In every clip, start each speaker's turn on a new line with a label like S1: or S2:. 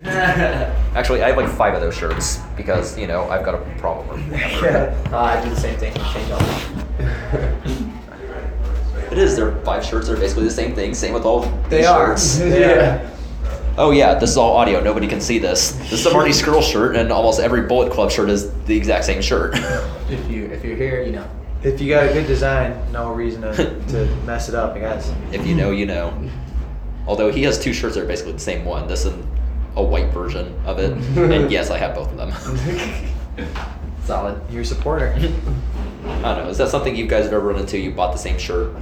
S1: Actually, I have like five of those shirts because you know I've got a problem. Or whatever.
S2: Uh, I do the same thing. Change all.
S1: It is. Their five shirts are basically the same thing. Same with all
S2: They
S1: these
S2: are.
S1: shirts.
S2: Yeah.
S1: Oh yeah, this is all audio. Nobody can see this. This is a Marty Skrull shirt, and almost every Bullet Club shirt is the exact same shirt.
S2: If you if you're here, you know.
S3: If you got a good design, no reason to, to mess it up, I guess.
S1: if you know, you know. Although he has two shirts that are basically the same one. This and a white version of it. and yes, I have both of them.
S2: Solid.
S3: You're a supporter.
S1: I don't know. Is that something you guys have ever run into? You bought the same shirt.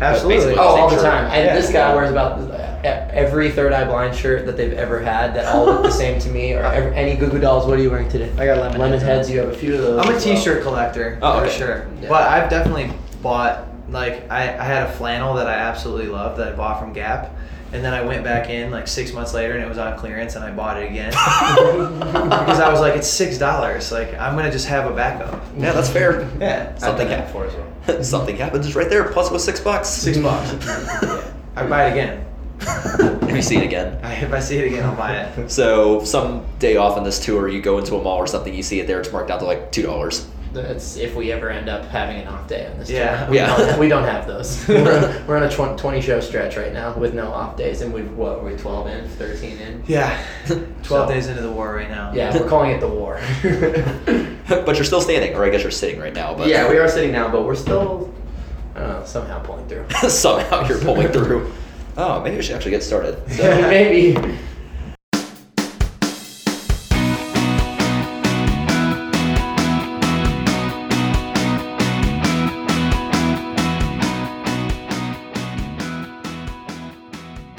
S3: Absolutely.
S1: Basically.
S2: Oh,
S1: same
S2: all the
S1: shirt.
S2: time. And
S3: Yeah.
S2: this guy wears about e- every Third Eye Blind shirt that they've ever had that all look the same to me. Or ev any Goo Goo Dolls. What are you wearing today?
S3: I got lemon heads on.
S2: heads. You have a few of those.
S3: I'm a
S2: as well.
S3: t-shirt collector
S1: Oh,
S3: for
S1: okay.
S3: sure,
S2: Yeah.
S3: but I've definitely bought like I, I had a flannel that I absolutely loved that I bought from Gap, and then I went back in like six months later and it was on clearance and I bought it again because I was like it's six dollars like I'm gonna just have a backup.
S1: Yeah, that's fair.
S3: Yeah,
S2: I've
S1: Something
S2: done that
S1: happened.
S2: before as well.
S1: Something happened just right there. Plus it was six bucks.
S3: six bucks. I buy it again.
S1: Have you seen it again?
S3: I, if I see it again, I'll buy it.
S1: So some day off on this tour, you go into a mall or something, you see it there, it's marked down to like two dollars.
S2: That's if we ever end up having an off day on this.
S3: Yeah.
S2: tour. we,
S1: Yeah.
S2: Don't, we don't have those. we're, we're on a tw- twenty show stretch right now with no off days, and we've what we're twelve in, thirteen in.
S3: Yeah,
S2: So-
S3: twelve days into the war right now.
S2: Yeah, we're calling it the war.
S1: but you're still standing, or I guess you're sitting right now. But
S2: yeah, we are sitting now, but we're still, I don't know, somehow pulling through.
S1: somehow you're pulling through. Oh, maybe we should actually get started. So-
S2: So maybe.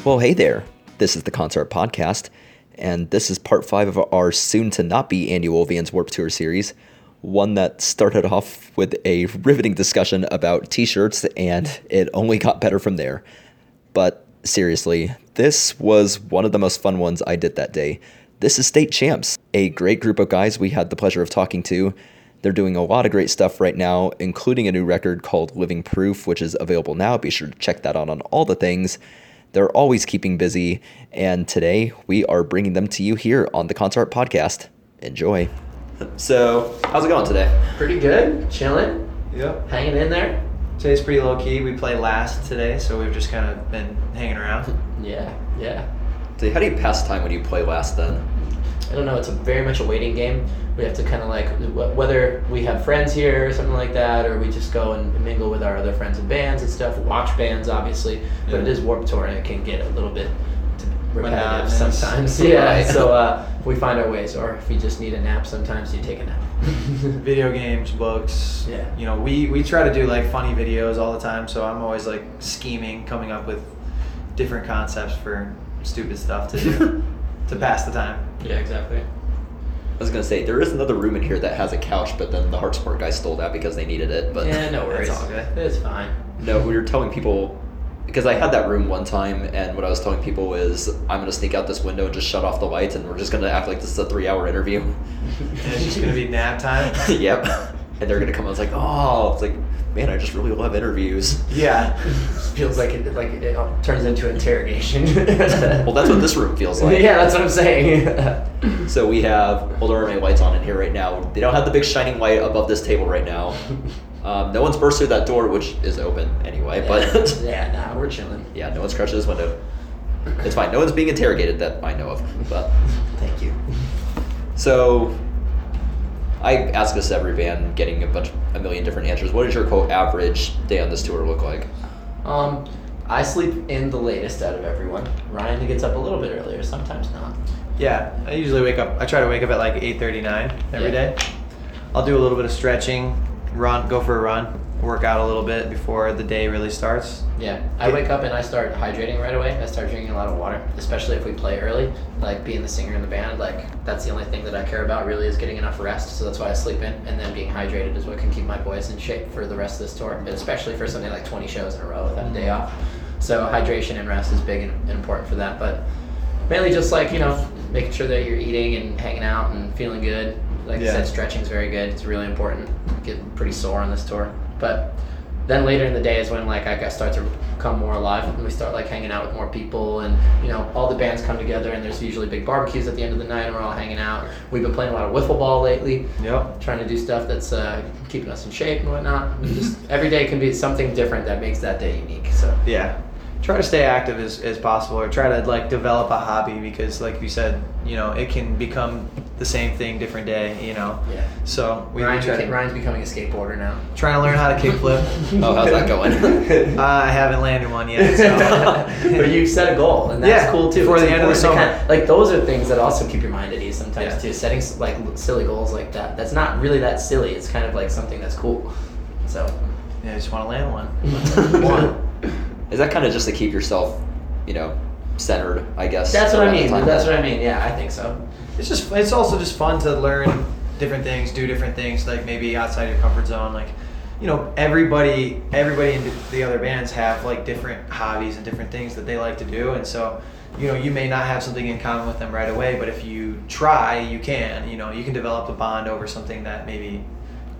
S1: Well, hey there. This is the Concert Podcast, and this is part five of our soon to not be annual Vans Warp Tour series. One that started off with a riveting discussion about t shirts, and it only got better from there. But seriously, this was one of the most fun ones I did that day. This is State Champs, a great group of guys we had the pleasure of talking to. They're doing a lot of great stuff right now, including a new record called Living Proof, which is available now. Be sure to check that out on all the things. They're always keeping busy, and today we are bringing them to you here on the Concert Podcast. Enjoy. So, how's it going today?
S2: Pretty good, chilling,
S3: Yep.
S2: hanging in there.
S3: Today's pretty low key. We play last today, so we've just kind of been hanging around.
S2: Yeah, yeah.
S1: So How do you pass time when you play last then?
S2: I don't know. It's a very much a waiting game. We have to kind of like wh- whether we have friends here or something like that, or we just go and mingle with our other friends and bands and stuff. Watch bands, obviously, but it
S3: Yeah.
S2: is Warp Tour and it can get a little bit t- repetitive
S3: Monotonous.
S2: sometimes. Yeah.
S1: Right.
S2: So uh, we find our ways, or if you just need a nap, sometimes you take a nap.
S3: video games, books.
S2: Yeah.
S3: You know, we we try to do like funny videos all the time, so I'm always like scheming, coming up with different concepts for stupid stuff to do to pass the time.
S2: yeah, exactly.
S1: I was gonna say there is another room in here that has a couch, but then the Heartsport guy stole that because they needed it. But
S2: yeah, no worries.
S3: It's all good.
S2: It's fine.
S1: no, we were telling people because I had that room one time, and what I was telling people is I'm gonna sneak out this window and just shut off the lights, and we're just gonna act like this is a three-hour interview.
S3: And it's just gonna be nap time.
S1: yep. And they're gonna come. I was like, oh, it's like, man, I just really love interviews.
S3: Yeah.
S2: feels like it like it all turns into interrogation.
S1: Well, that's what this room feels like.
S2: yeah, that's what I'm saying.
S1: So we have older army lights on in here right now. They don't have the big shining light above this table right now. Um, no one's burst through that door, which is open anyway. But
S2: yeah, nah, we're chilling.
S1: Yeah, no one's crashed this window. It's fine. No one's being interrogated that I know of. But thank you. So I ask this to every band, getting a bunch, a million different answers. What does your quote average day on this tour look like?
S2: Um, I sleep in the latest out of everyone. Ryan gets up a little bit earlier, sometimes not.
S3: Yeah. I usually wake up I try to wake up at like eight thirty nine every
S2: Yeah.
S3: day. I'll do a little bit of stretching, run go for a run, work out a little bit before the day really starts.
S2: Yeah, I wake up and I start hydrating right away. I start drinking a lot of water, especially if we play early. Like being the singer in the band, like that's the only thing that I care about really is getting enough rest. So that's why I sleep in, and then being hydrated is what can keep my voice in shape for the rest of this tour, and especially for something like 20 shows in a row without a day off. So hydration and rest is big and and important for that. But mainly just like you know making sure that you're eating and hanging out and feeling good. Like I
S3: Yeah.
S2: said, stretching's very good. It's really important. Get pretty sore on this tour, but then later in the day is when like I got- start to come more alive and we start like hanging out with more people and you know all the bands come together and there's usually big barbecues at the end of the night and we're all hanging out. We've been playing a lot of wiffle ball lately,
S3: Yep.
S2: trying to do stuff that's uh, keeping us in shape and whatnot. Just
S3: Mm-hmm.
S2: every day can be something different that makes that day unique. So
S3: Yeah. Try to stay active as, as possible or try to like develop a hobby because like you said, you know, it can become the same thing different day, you know.
S2: yeah.
S3: So we, we
S2: Ryan,
S3: try
S2: beca-
S3: to,
S2: Ryan's becoming a skateboarder now.
S3: trying to learn how to kickflip.
S1: Oh, how's that going?
S3: uh, I haven't landed one yet. So.
S2: but you've set a goal, and that's
S3: Yeah,
S2: cool too.
S3: before
S2: It's
S3: the end of the
S2: important to
S3: summer.
S2: kinda- like those are things that also keep your mind at ease sometimes
S3: Yeah.
S2: too. Setting s- like l- silly goals like that. That's not really that silly. It's kind of like something that's cool. So,
S3: Yeah, I just want to land one.
S2: one.
S1: Is that kind of just to keep yourself, you know, centered? I guess.
S2: That's what I
S1: around the
S2: mean.
S1: time
S2: That's
S1: that-
S2: what I mean. Yeah, I think so.
S3: It's just it's also just fun to learn different things, do different things, like maybe outside your comfort zone. Like, you know, everybody everybody in the other bands have like different hobbies and different things that they like to do, and so you know you may not have something in common with them right away, but if you try, you can. You know, you can develop a bond over something that maybe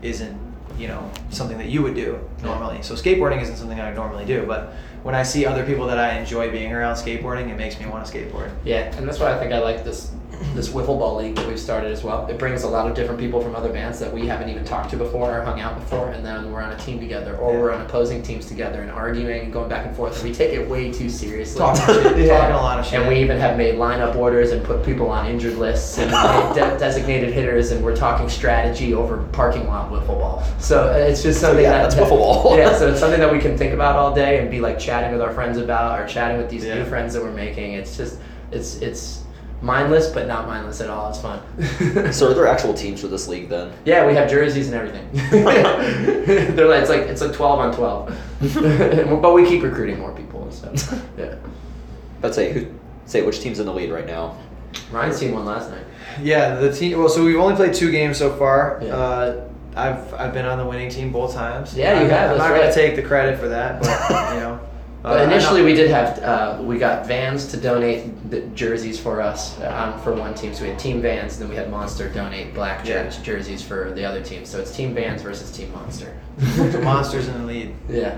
S3: isn't you know something that you would do normally. So skateboarding isn't something I would normally do, but when I see other people that I enjoy being around skateboarding, it makes me want to skateboard.
S2: Yeah, and that's why I think I like this this wiffle ball league that we've started as well. It brings a lot of different people from other bands that we haven't even talked to before or hung out before, and then we're on a team together or we're on opposing teams together and arguing and going back and forth. We take it way too seriously.
S3: Talking shit, yeah. Talking a lot of shit.
S2: And we even have made lineup orders and put people on injured lists and made de- designated hitters, and we're talking strategy over parking lot wiffle ball. So uh, it's just something
S1: yeah,
S2: that
S1: that's
S2: that-
S1: wiffle ball.
S2: yeah, so it's something that we can think about all day and be like chatting with our friends about or chatting with these new
S3: Yeah.
S2: friends that we're making. It's just it's it's mindless but not mindless at all. It's fun.
S1: So are there actual teams for this league then?
S2: yeah, we have jerseys and everything. They're like it's like it's like twelve on twelve. but we keep recruiting more people and stuff. Yeah.
S1: But say who, say which team's in the lead right now?
S2: Ryan's seen one last night.
S3: Yeah, the team. Well, so we've only played two games so far.
S2: Yeah.
S3: Uh, I've I've been on the winning team both times.
S2: Yeah, you
S3: I'm,
S2: have,
S3: I'm
S2: that's
S3: not
S2: right.
S3: gonna take the credit for that, but you know.
S2: But
S3: uh,
S2: initially,
S3: I know-
S2: we did have uh, we got Vans to donate the jerseys for us um, for one team. So we had Team Vans, then we had Monster donate black jer-
S3: Yeah.
S2: jerseys for the other team. So it's Team Vans versus Team Monster.
S3: the monsters in the lead.
S2: yeah.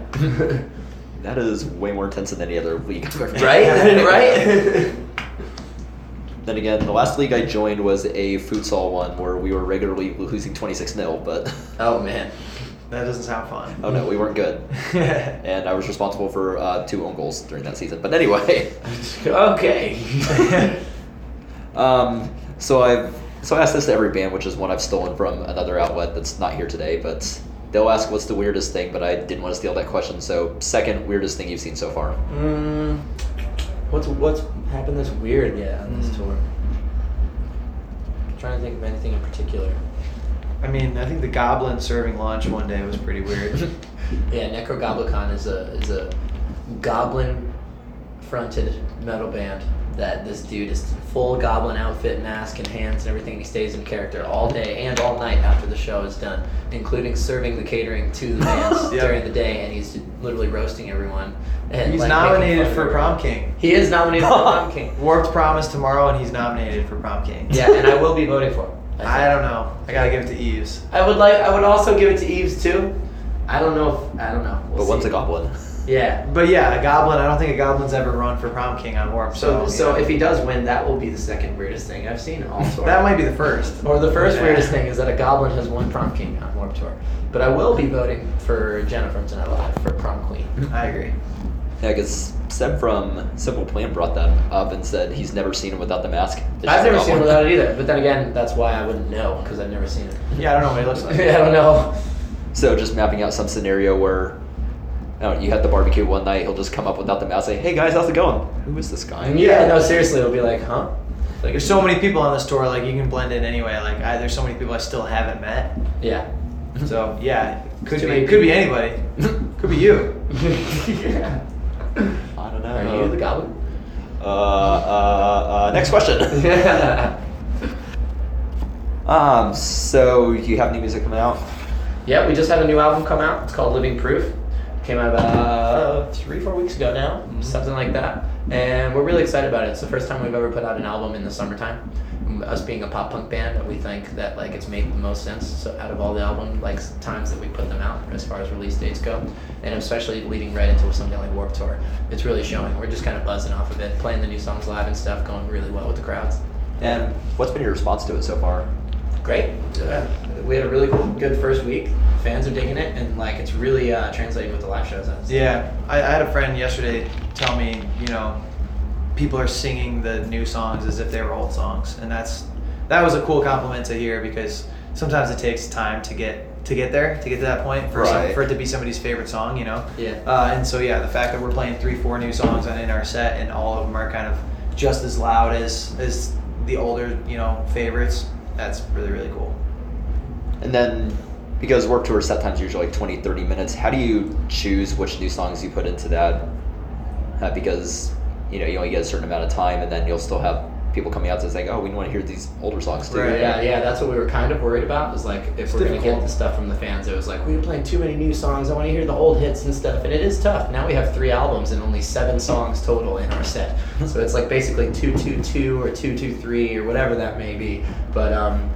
S1: That is way more intense than any other league I've ever
S2: right.
S1: played.
S2: right.
S1: Then again, the last league I joined was a futsal one where we were regularly losing 26 0, but
S2: oh man.
S3: That doesn't sound fun.
S1: oh no, we weren't good. And I was responsible for uh, two own goals during that season. But anyway,
S2: Okay.
S1: um, so I've so I asked this to every band, which is one I've stolen from another outlet that's not here today. But they'll ask what's the weirdest thing, but I didn't want to steal that question. So second weirdest thing you've seen so far?
S2: mm, what's what's happened that's weird? Yeah, on this
S3: Mm.
S2: tour. trying to think of anything in particular.
S3: I mean, I think the goblin serving lunch one day was pretty weird.
S2: Yeah, Necrogoblicon is a is a goblin fronted metal band that this dude is full goblin outfit, mask and hands and everything. and He stays in character all day and all night after the show is done, including serving the catering to the bands
S3: Yeah.
S2: during the day and he's literally roasting everyone. And
S3: He's
S2: like, making
S3: nominated
S2: fun of
S3: for
S2: everyone.
S3: prom king.
S2: He is nominated for prom king.
S3: Warped prom is tomorrow, and he's nominated for prom king.
S2: Yeah, and I will be voting for him.
S3: I don't know. I gotta give it to Eves.
S2: I would like I would also give it to Eves too. I don't know if I don't know. We'll
S1: but one's
S2: see.
S1: a goblin.
S2: Yeah.
S3: But yeah, a goblin. I don't think a goblin's ever run for prom king on warped.
S2: So,
S3: So,
S2: so
S3: Oh, yeah.
S2: if he does win, that will be the second weirdest thing I've seen all tour.
S3: that might be the first.
S2: or the first
S3: Yeah.
S2: weirdest thing is that a goblin has won prom king on Warp Tour. But I will be voting for Jenna from Tonight Live for prom queen.
S3: I agree.
S1: Yeah, because Seb from Simple Plan brought that up and said he's never seen him without the mask. It's
S2: I've
S1: just a
S2: never seen
S1: goblin.
S2: it without it either. But then again, that's why I wouldn't know because I've never seen it.
S3: Yeah, I don't know what he looks like.
S2: I don't know.
S1: So just mapping out some scenario where I don't know, you had the barbecue one night, he'll just come up without the mask, say, "Hey guys, how's it going? Who is this guy?"
S2: And yeah, no, seriously, it'll be like, huh? Like
S3: There's so many people on this tour, like you can blend in anyway. Like I, there's so many people I still haven't met.
S2: Yeah.
S3: So yeah, could
S2: Too
S3: be
S2: many
S3: could be
S2: people.
S3: anybody. Could be you.
S2: yeah.
S1: I don't know.
S2: Are you the goblin?
S1: Uh, uh, uh, next question.
S2: Yeah.
S1: um, so you have new music coming out?
S2: Yeah, we just had a new album come out. It's called Living Proof. Came out about three, four weeks ago now, something like that. and we're really excited about it. It's the first time we've ever put out an album in the summertime. Mm, Us being a pop punk band, we think that like it's made the most sense so out of all the album like s- times that we put them out as far as release dates go, and especially leading right into something like Warped Tour. It's really showing. We're just kind of buzzing off of it, playing the new songs live and stuff, going really well with the crowds.
S1: And what's been your response to it so far?
S2: Great. Uh, we had a really cool, good first week. Fans are digging it, and like it's really uh, translating with the live shows. and stuff.
S3: Yeah, I, I had a friend yesterday tell me, you know, people are singing the new songs as if they were old songs, and that's that was a cool compliment to hear because sometimes it takes time to get to get there, to get to that point for some,
S1: Right.
S3: for it to be somebody's favorite song, you know.
S2: Yeah.
S3: Uh, and so yeah, the fact that we're playing three, four new songs on in our set, and all of them are kind of just as loud as as the older, you know, favorites. That's really really cool.
S1: And then, because work tour set times are usually like 20, 30 minutes, how do you choose which new songs you put into that? Uh, because, you know, you only get a certain amount of time and then you'll still have people coming out to saying, oh, we want to hear these older songs too.
S3: Right,
S2: Yeah, yeah, that's what we were kind of worried about. Was like if we're gonna get
S3: difficult.
S2: the stuff from the fans, it was like we were playing too many new songs. I want to hear the old hits and stuff, and it is tough. Now we have three albums and only seven songs total in our set, so it's like basically two two two or two two three or whatever that may be. But um,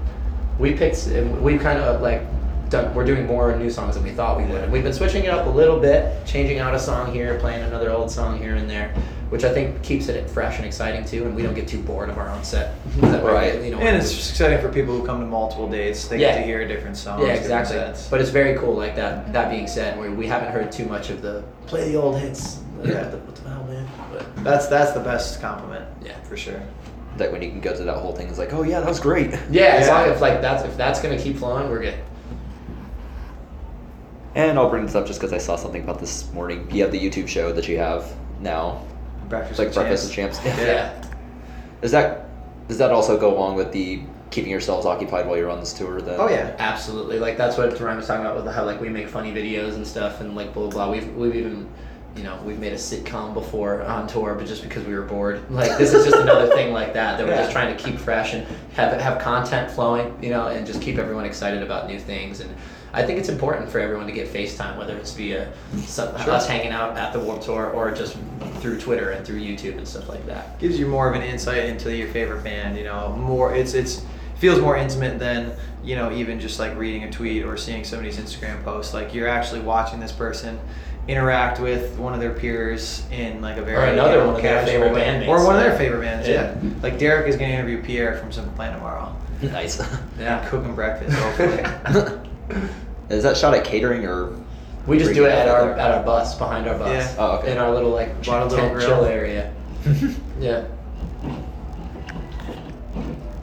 S2: we picked, and we've kind of like done. We're doing more new songs than we thought we would. We've been switching it up a little bit, changing out a song here, playing another old song here and there. Which I think keeps it fresh and exciting too, and we don't get too bored of our own set. That way,
S1: Right.
S2: you know,
S3: And
S2: we-
S3: it's just exciting for people who come to multiple dates. They
S2: Yeah.
S3: get to hear different songs.
S2: yeah,
S3: different
S2: exactly.
S3: sets.
S2: But it's very cool. Like that. That being said, we, we haven't heard too much of the play the old hits.
S3: Yeah.
S2: What the, what the hell, man? But
S3: That's that's the best compliment.
S2: Yeah.
S3: for sure.
S1: That when you can go to that whole thing, it's like, oh, yeah, that was great.
S2: yeah, as
S3: Yeah.
S2: long as like that's if that's gonna keep flowing, we're good.
S1: And I'll bring this up just because I saw something about this morning. You have the YouTube show that you have now. It's
S3: Breakfast
S1: like
S3: with
S1: Breakfast with
S3: Champs.
S1: Champs.
S2: Yeah.
S1: Is that does that also go along with the keeping yourselves occupied while you're on this tour? Then?
S3: Oh yeah,
S2: Absolutely. Like that's what Ryan was talking about with how like we make funny videos and stuff and like blah blah blah. We've we've even you know, we've made a sitcom before on tour, but just because we were bored. Like this is just another thing like that that we're just
S3: Yeah.
S2: trying to keep fresh and have have content flowing, you know, and just keep everyone excited about new things. And I think it's important for everyone to get FaceTime, whether it's via some,
S3: Sure.
S2: us hanging out at the Warped Tour or just through Twitter and through YouTube and stuff like that.
S3: gives you more of an insight into your favorite band. You know, more it's it's feels more intimate than you know even just like reading a tweet or seeing somebody's Instagram post. Like you're actually watching this person interact with one of their peers in like a very
S2: Or another
S3: you know,
S2: one of their
S3: casual
S2: favorite
S3: way.
S2: bandmates.
S3: or one of their
S2: Yeah.
S3: favorite bands.
S2: Yeah.
S3: Yeah, like Derek is going to interview Pierre from Simple Plan tomorrow.
S1: Nice.
S2: Yeah.
S3: cooking breakfast. Hopefully.
S1: is that shot at catering or?
S2: We just
S1: bring
S2: do it
S1: out
S2: at our
S1: there?
S2: at our bus behind our bus.
S3: Yeah.
S1: Oh, okay.
S2: In our little like
S3: Bought a little
S2: tent
S3: grill.
S2: chill area. yeah.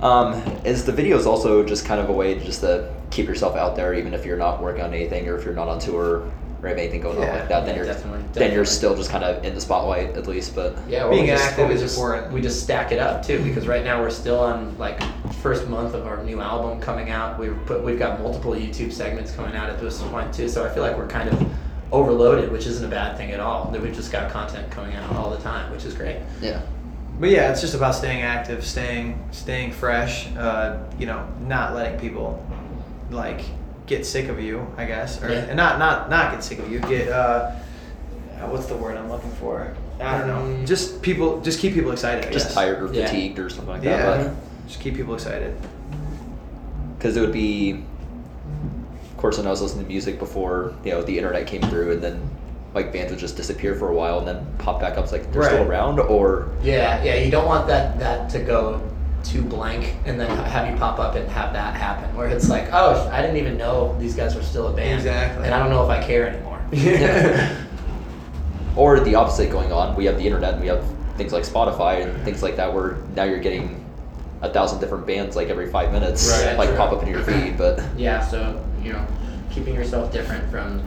S1: um, is the videos also just kind of a way to just to keep yourself out there, even if you're not working on anything or if you're not on tour or have anything going on
S3: Yeah.
S1: like that? Then
S2: Yeah,
S1: you're
S2: definitely,
S1: then you're
S2: definitely.
S1: still just kind of in the spotlight at least. But
S2: Yeah. or
S3: Being
S2: we just,
S3: active
S2: or we
S3: is
S2: just,
S3: important.
S2: We just stack it up too because right now we're still on like first month of our new album coming out. We've put we've got multiple YouTube segments coming out at this point too. So I feel like we're kind of overloaded, which isn't a bad thing at all. That we've just got content coming out all the time, which is great.
S1: yeah.
S3: But yeah, it's just about staying active, staying staying fresh. Uh, you know, not letting people like get sick of you. I guess, or
S2: Yeah.
S3: and not not not get sick of you. Get uh, uh, what's the word I'm looking for? I don't know.
S2: Mm.
S3: Just people. Just keep people excited. I
S1: Just
S3: guess.
S1: tired or
S2: Yeah.
S1: fatigued or something like that.
S3: Yeah.
S1: But
S3: Just keep people excited.
S1: because it would be of course when i was listening to music before you know the internet came through and then like bands would just disappear for a while and then pop back up it's like they're still
S3: Right.
S1: around or
S2: Yeah, yeah, you don't want that that to go too blank and then have you pop up and have that happen where it's like, oh, I didn't even know these guys were still a band.
S3: Exactly.
S2: And I don't know if I care anymore.
S1: or the opposite going on we have the internet and we have things like spotify and things like that where now you're getting a thousand different bands like every five minutes
S2: Right,
S1: like
S2: true.
S1: pop up in your feed but
S2: yeah, so you know, keeping yourself different from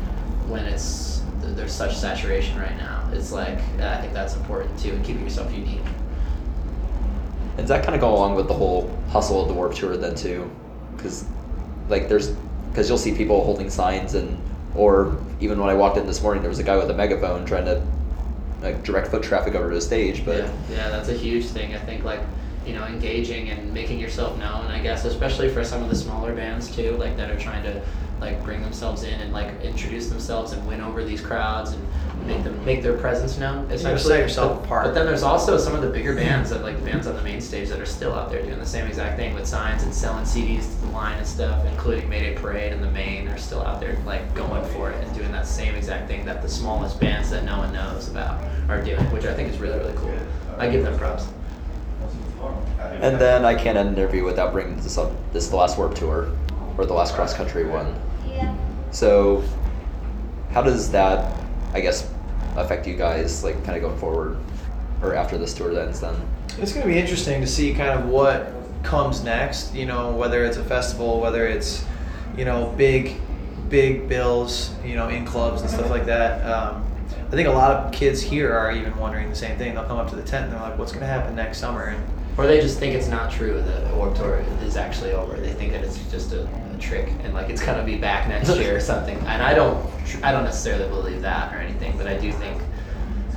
S2: when it's th- there's such saturation right now. It's like I think that's important too, and keeping yourself unique.
S1: And does that kind of go along with the whole hustle of the Warped Tour then too? Because like there's because you'll see people holding signs and or even when I walked in this morning, there was a guy with a megaphone trying to like direct foot traffic over to the stage. But
S2: yeah, yeah, that's a huge thing. I think like you know, engaging and making yourself known. I guess especially for some of the smaller bands too, like that are trying to like bring themselves in and like introduce themselves and win over these crowds and make them make their presence known.
S3: set
S2: Essentially,
S3: yourself
S2: But-
S3: apart.
S2: But then there's also some of the bigger bands that like the bands on the main stage that are still out there doing the same exact thing with signs and selling CDs to the line and stuff, including Mayday Parade and the Main are still out there like going for it and doing that same exact thing that the smallest bands that no one knows about are doing, which I think is really really cool. I give them props.
S1: And then I can't end an interview without bringing this up. This is the last Warp Tour, or the last cross country one.
S4: Yeah.
S1: So, how does that, I guess, affect you guys, like kind of going forward, or after this tour ends? Then,
S3: It's going to be interesting to see kind of what comes next, you know, whether it's a festival, whether it's, you know, big, big bills, you know, in clubs and stuff like that. Um, I think a lot of kids here are even wondering the same thing. They'll come up to the tent and they're like, what's going to happen next summer? And
S2: Or they just think it's not true that the Warped Tour is actually over. They think that it's just a, a trick and like it's gonna be back next year or something. And I don't, I don't necessarily believe that or anything, but I do think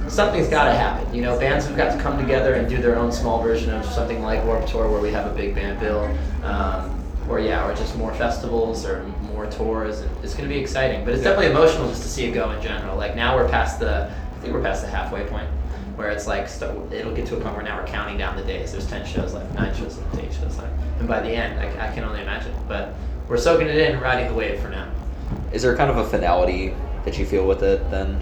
S2: something's got to happen. You know, bands have got to come together and do their own small version of something like Warped Tour, where we have a big band bill, um, or yeah, or just more festivals or more tours. And It's going to be exciting, but it's definitely emotional just to see it go in general. Like now we're past the, I think we're past the halfway point. Where it's like, so it'll get to a point where now we're counting down the days. There's 10 shows left, 9 shows left, 8 shows left. And by the end, I, I can only imagine. But we're soaking it in, riding the wave for now.
S1: is there kind of a finality that you feel with it? Then,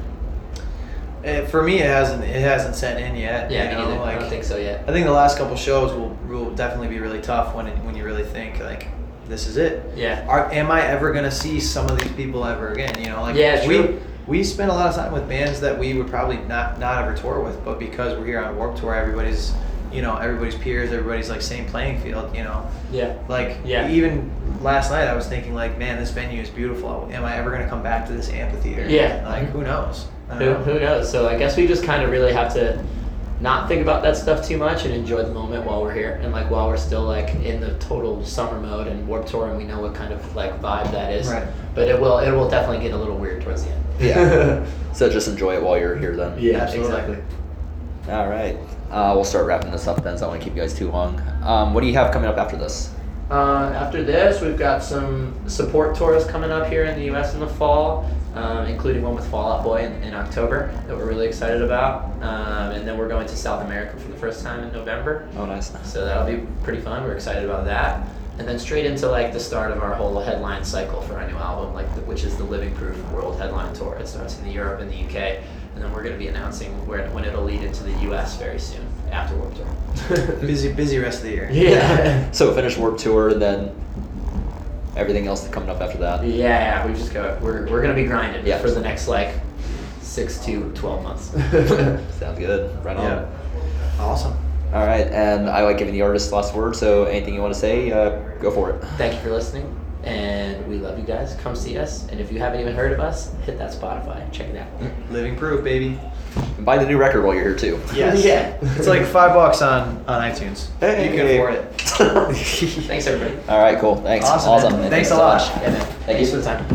S3: it, for me, it hasn't, it hasn't set in yet.
S2: Yeah,
S3: you
S2: me
S3: know,
S2: neither. I don't
S3: like-
S2: think so yet.
S3: I think the last couple shows will will definitely be really tough when it, when you really think like this is it.
S2: Yeah.
S3: Are, am I ever gonna see some of these people ever again? You know, like
S2: Yeah, it's
S3: we
S2: true.
S3: we spend a lot of time with bands that we would probably not not ever tour with, but because we're here on Warp Tour, everybody's you know everybody's peers, everybody's like same playing field. You know,
S2: Yeah.
S3: like
S2: Yeah.
S3: even last night I was thinking like, man, this venue is beautiful. Am I ever gonna come back to this amphitheater?
S2: Yeah.
S3: Like who knows? I don't
S2: Who,
S3: know.
S2: who knows? So I guess we just kind of really have to not think about that stuff too much and enjoy the moment while we're here and like while we're still like in the total summer mode and warp tour and we know what kind of like vibe that is.
S3: Right.
S2: But it will it will definitely get a little weird towards the end.
S1: Yeah. so just enjoy it while you're here. Then,
S2: Yeah,
S3: Absolutely.
S2: exactly.
S1: All right, uh, we'll start wrapping this up then. So I don't want to keep you guys too long. Um, what do you have coming up after this?
S2: Uh, after this, we've got some support tours coming up here in the U.S. in the fall, um, including one with Fallout Boy in, in October that we're really excited about. Um, and then we're going to South America for the first time in November.
S1: Oh, nice.
S2: So that'll be pretty fun. We're excited about that. And then straight into like the start of our whole headline cycle for our new album, like the, which is the Living Proof World Headline Tour. It starts in the Europe and the UK, and then we're going to be announcing where, when it'll lead into the US very soon after Warped Tour.
S3: Busy busy rest of the year.
S2: yeah.
S1: So finish Warp Tour, and then everything else that's coming up after that.
S2: Yeah, yeah, we just go. We're, we're gonna be grinding
S1: Yeah.
S2: for the next like six to twelve months.
S1: Sounds good. Right on.
S3: Yeah. Awesome.
S1: All right, and I like giving the artist last word. So anything you want to say, uh, go for it.
S2: Thank you for listening, and we love you guys. Come see us, and if you haven't even heard of us, hit that Spotify. Check it out.
S3: Living proof, baby.
S1: And buy the new record while you're here too.
S3: Yes.
S2: Yeah.
S3: It's like five bucks on, on iTunes. You can afford it.
S1: it.
S2: Thanks everybody.
S1: All right, cool. Thanks.
S3: Awesome, man.
S1: man.
S3: Thanks a
S1: so
S3: lot.
S1: much.
S2: Yeah, man. Thank you for the time.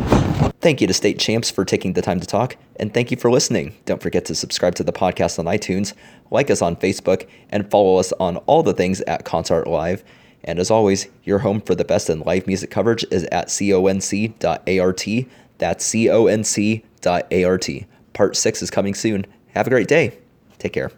S1: Thank you to State Champs for taking the time to talk, and thank you for listening. Don't forget to subscribe to the podcast on iTunes, like us on Facebook, and follow us on all the things at Concert Live. And as always, your home for the best in live music coverage is at conc.art. That's conc.art. Part 6 is coming soon. Have a great day. Take care.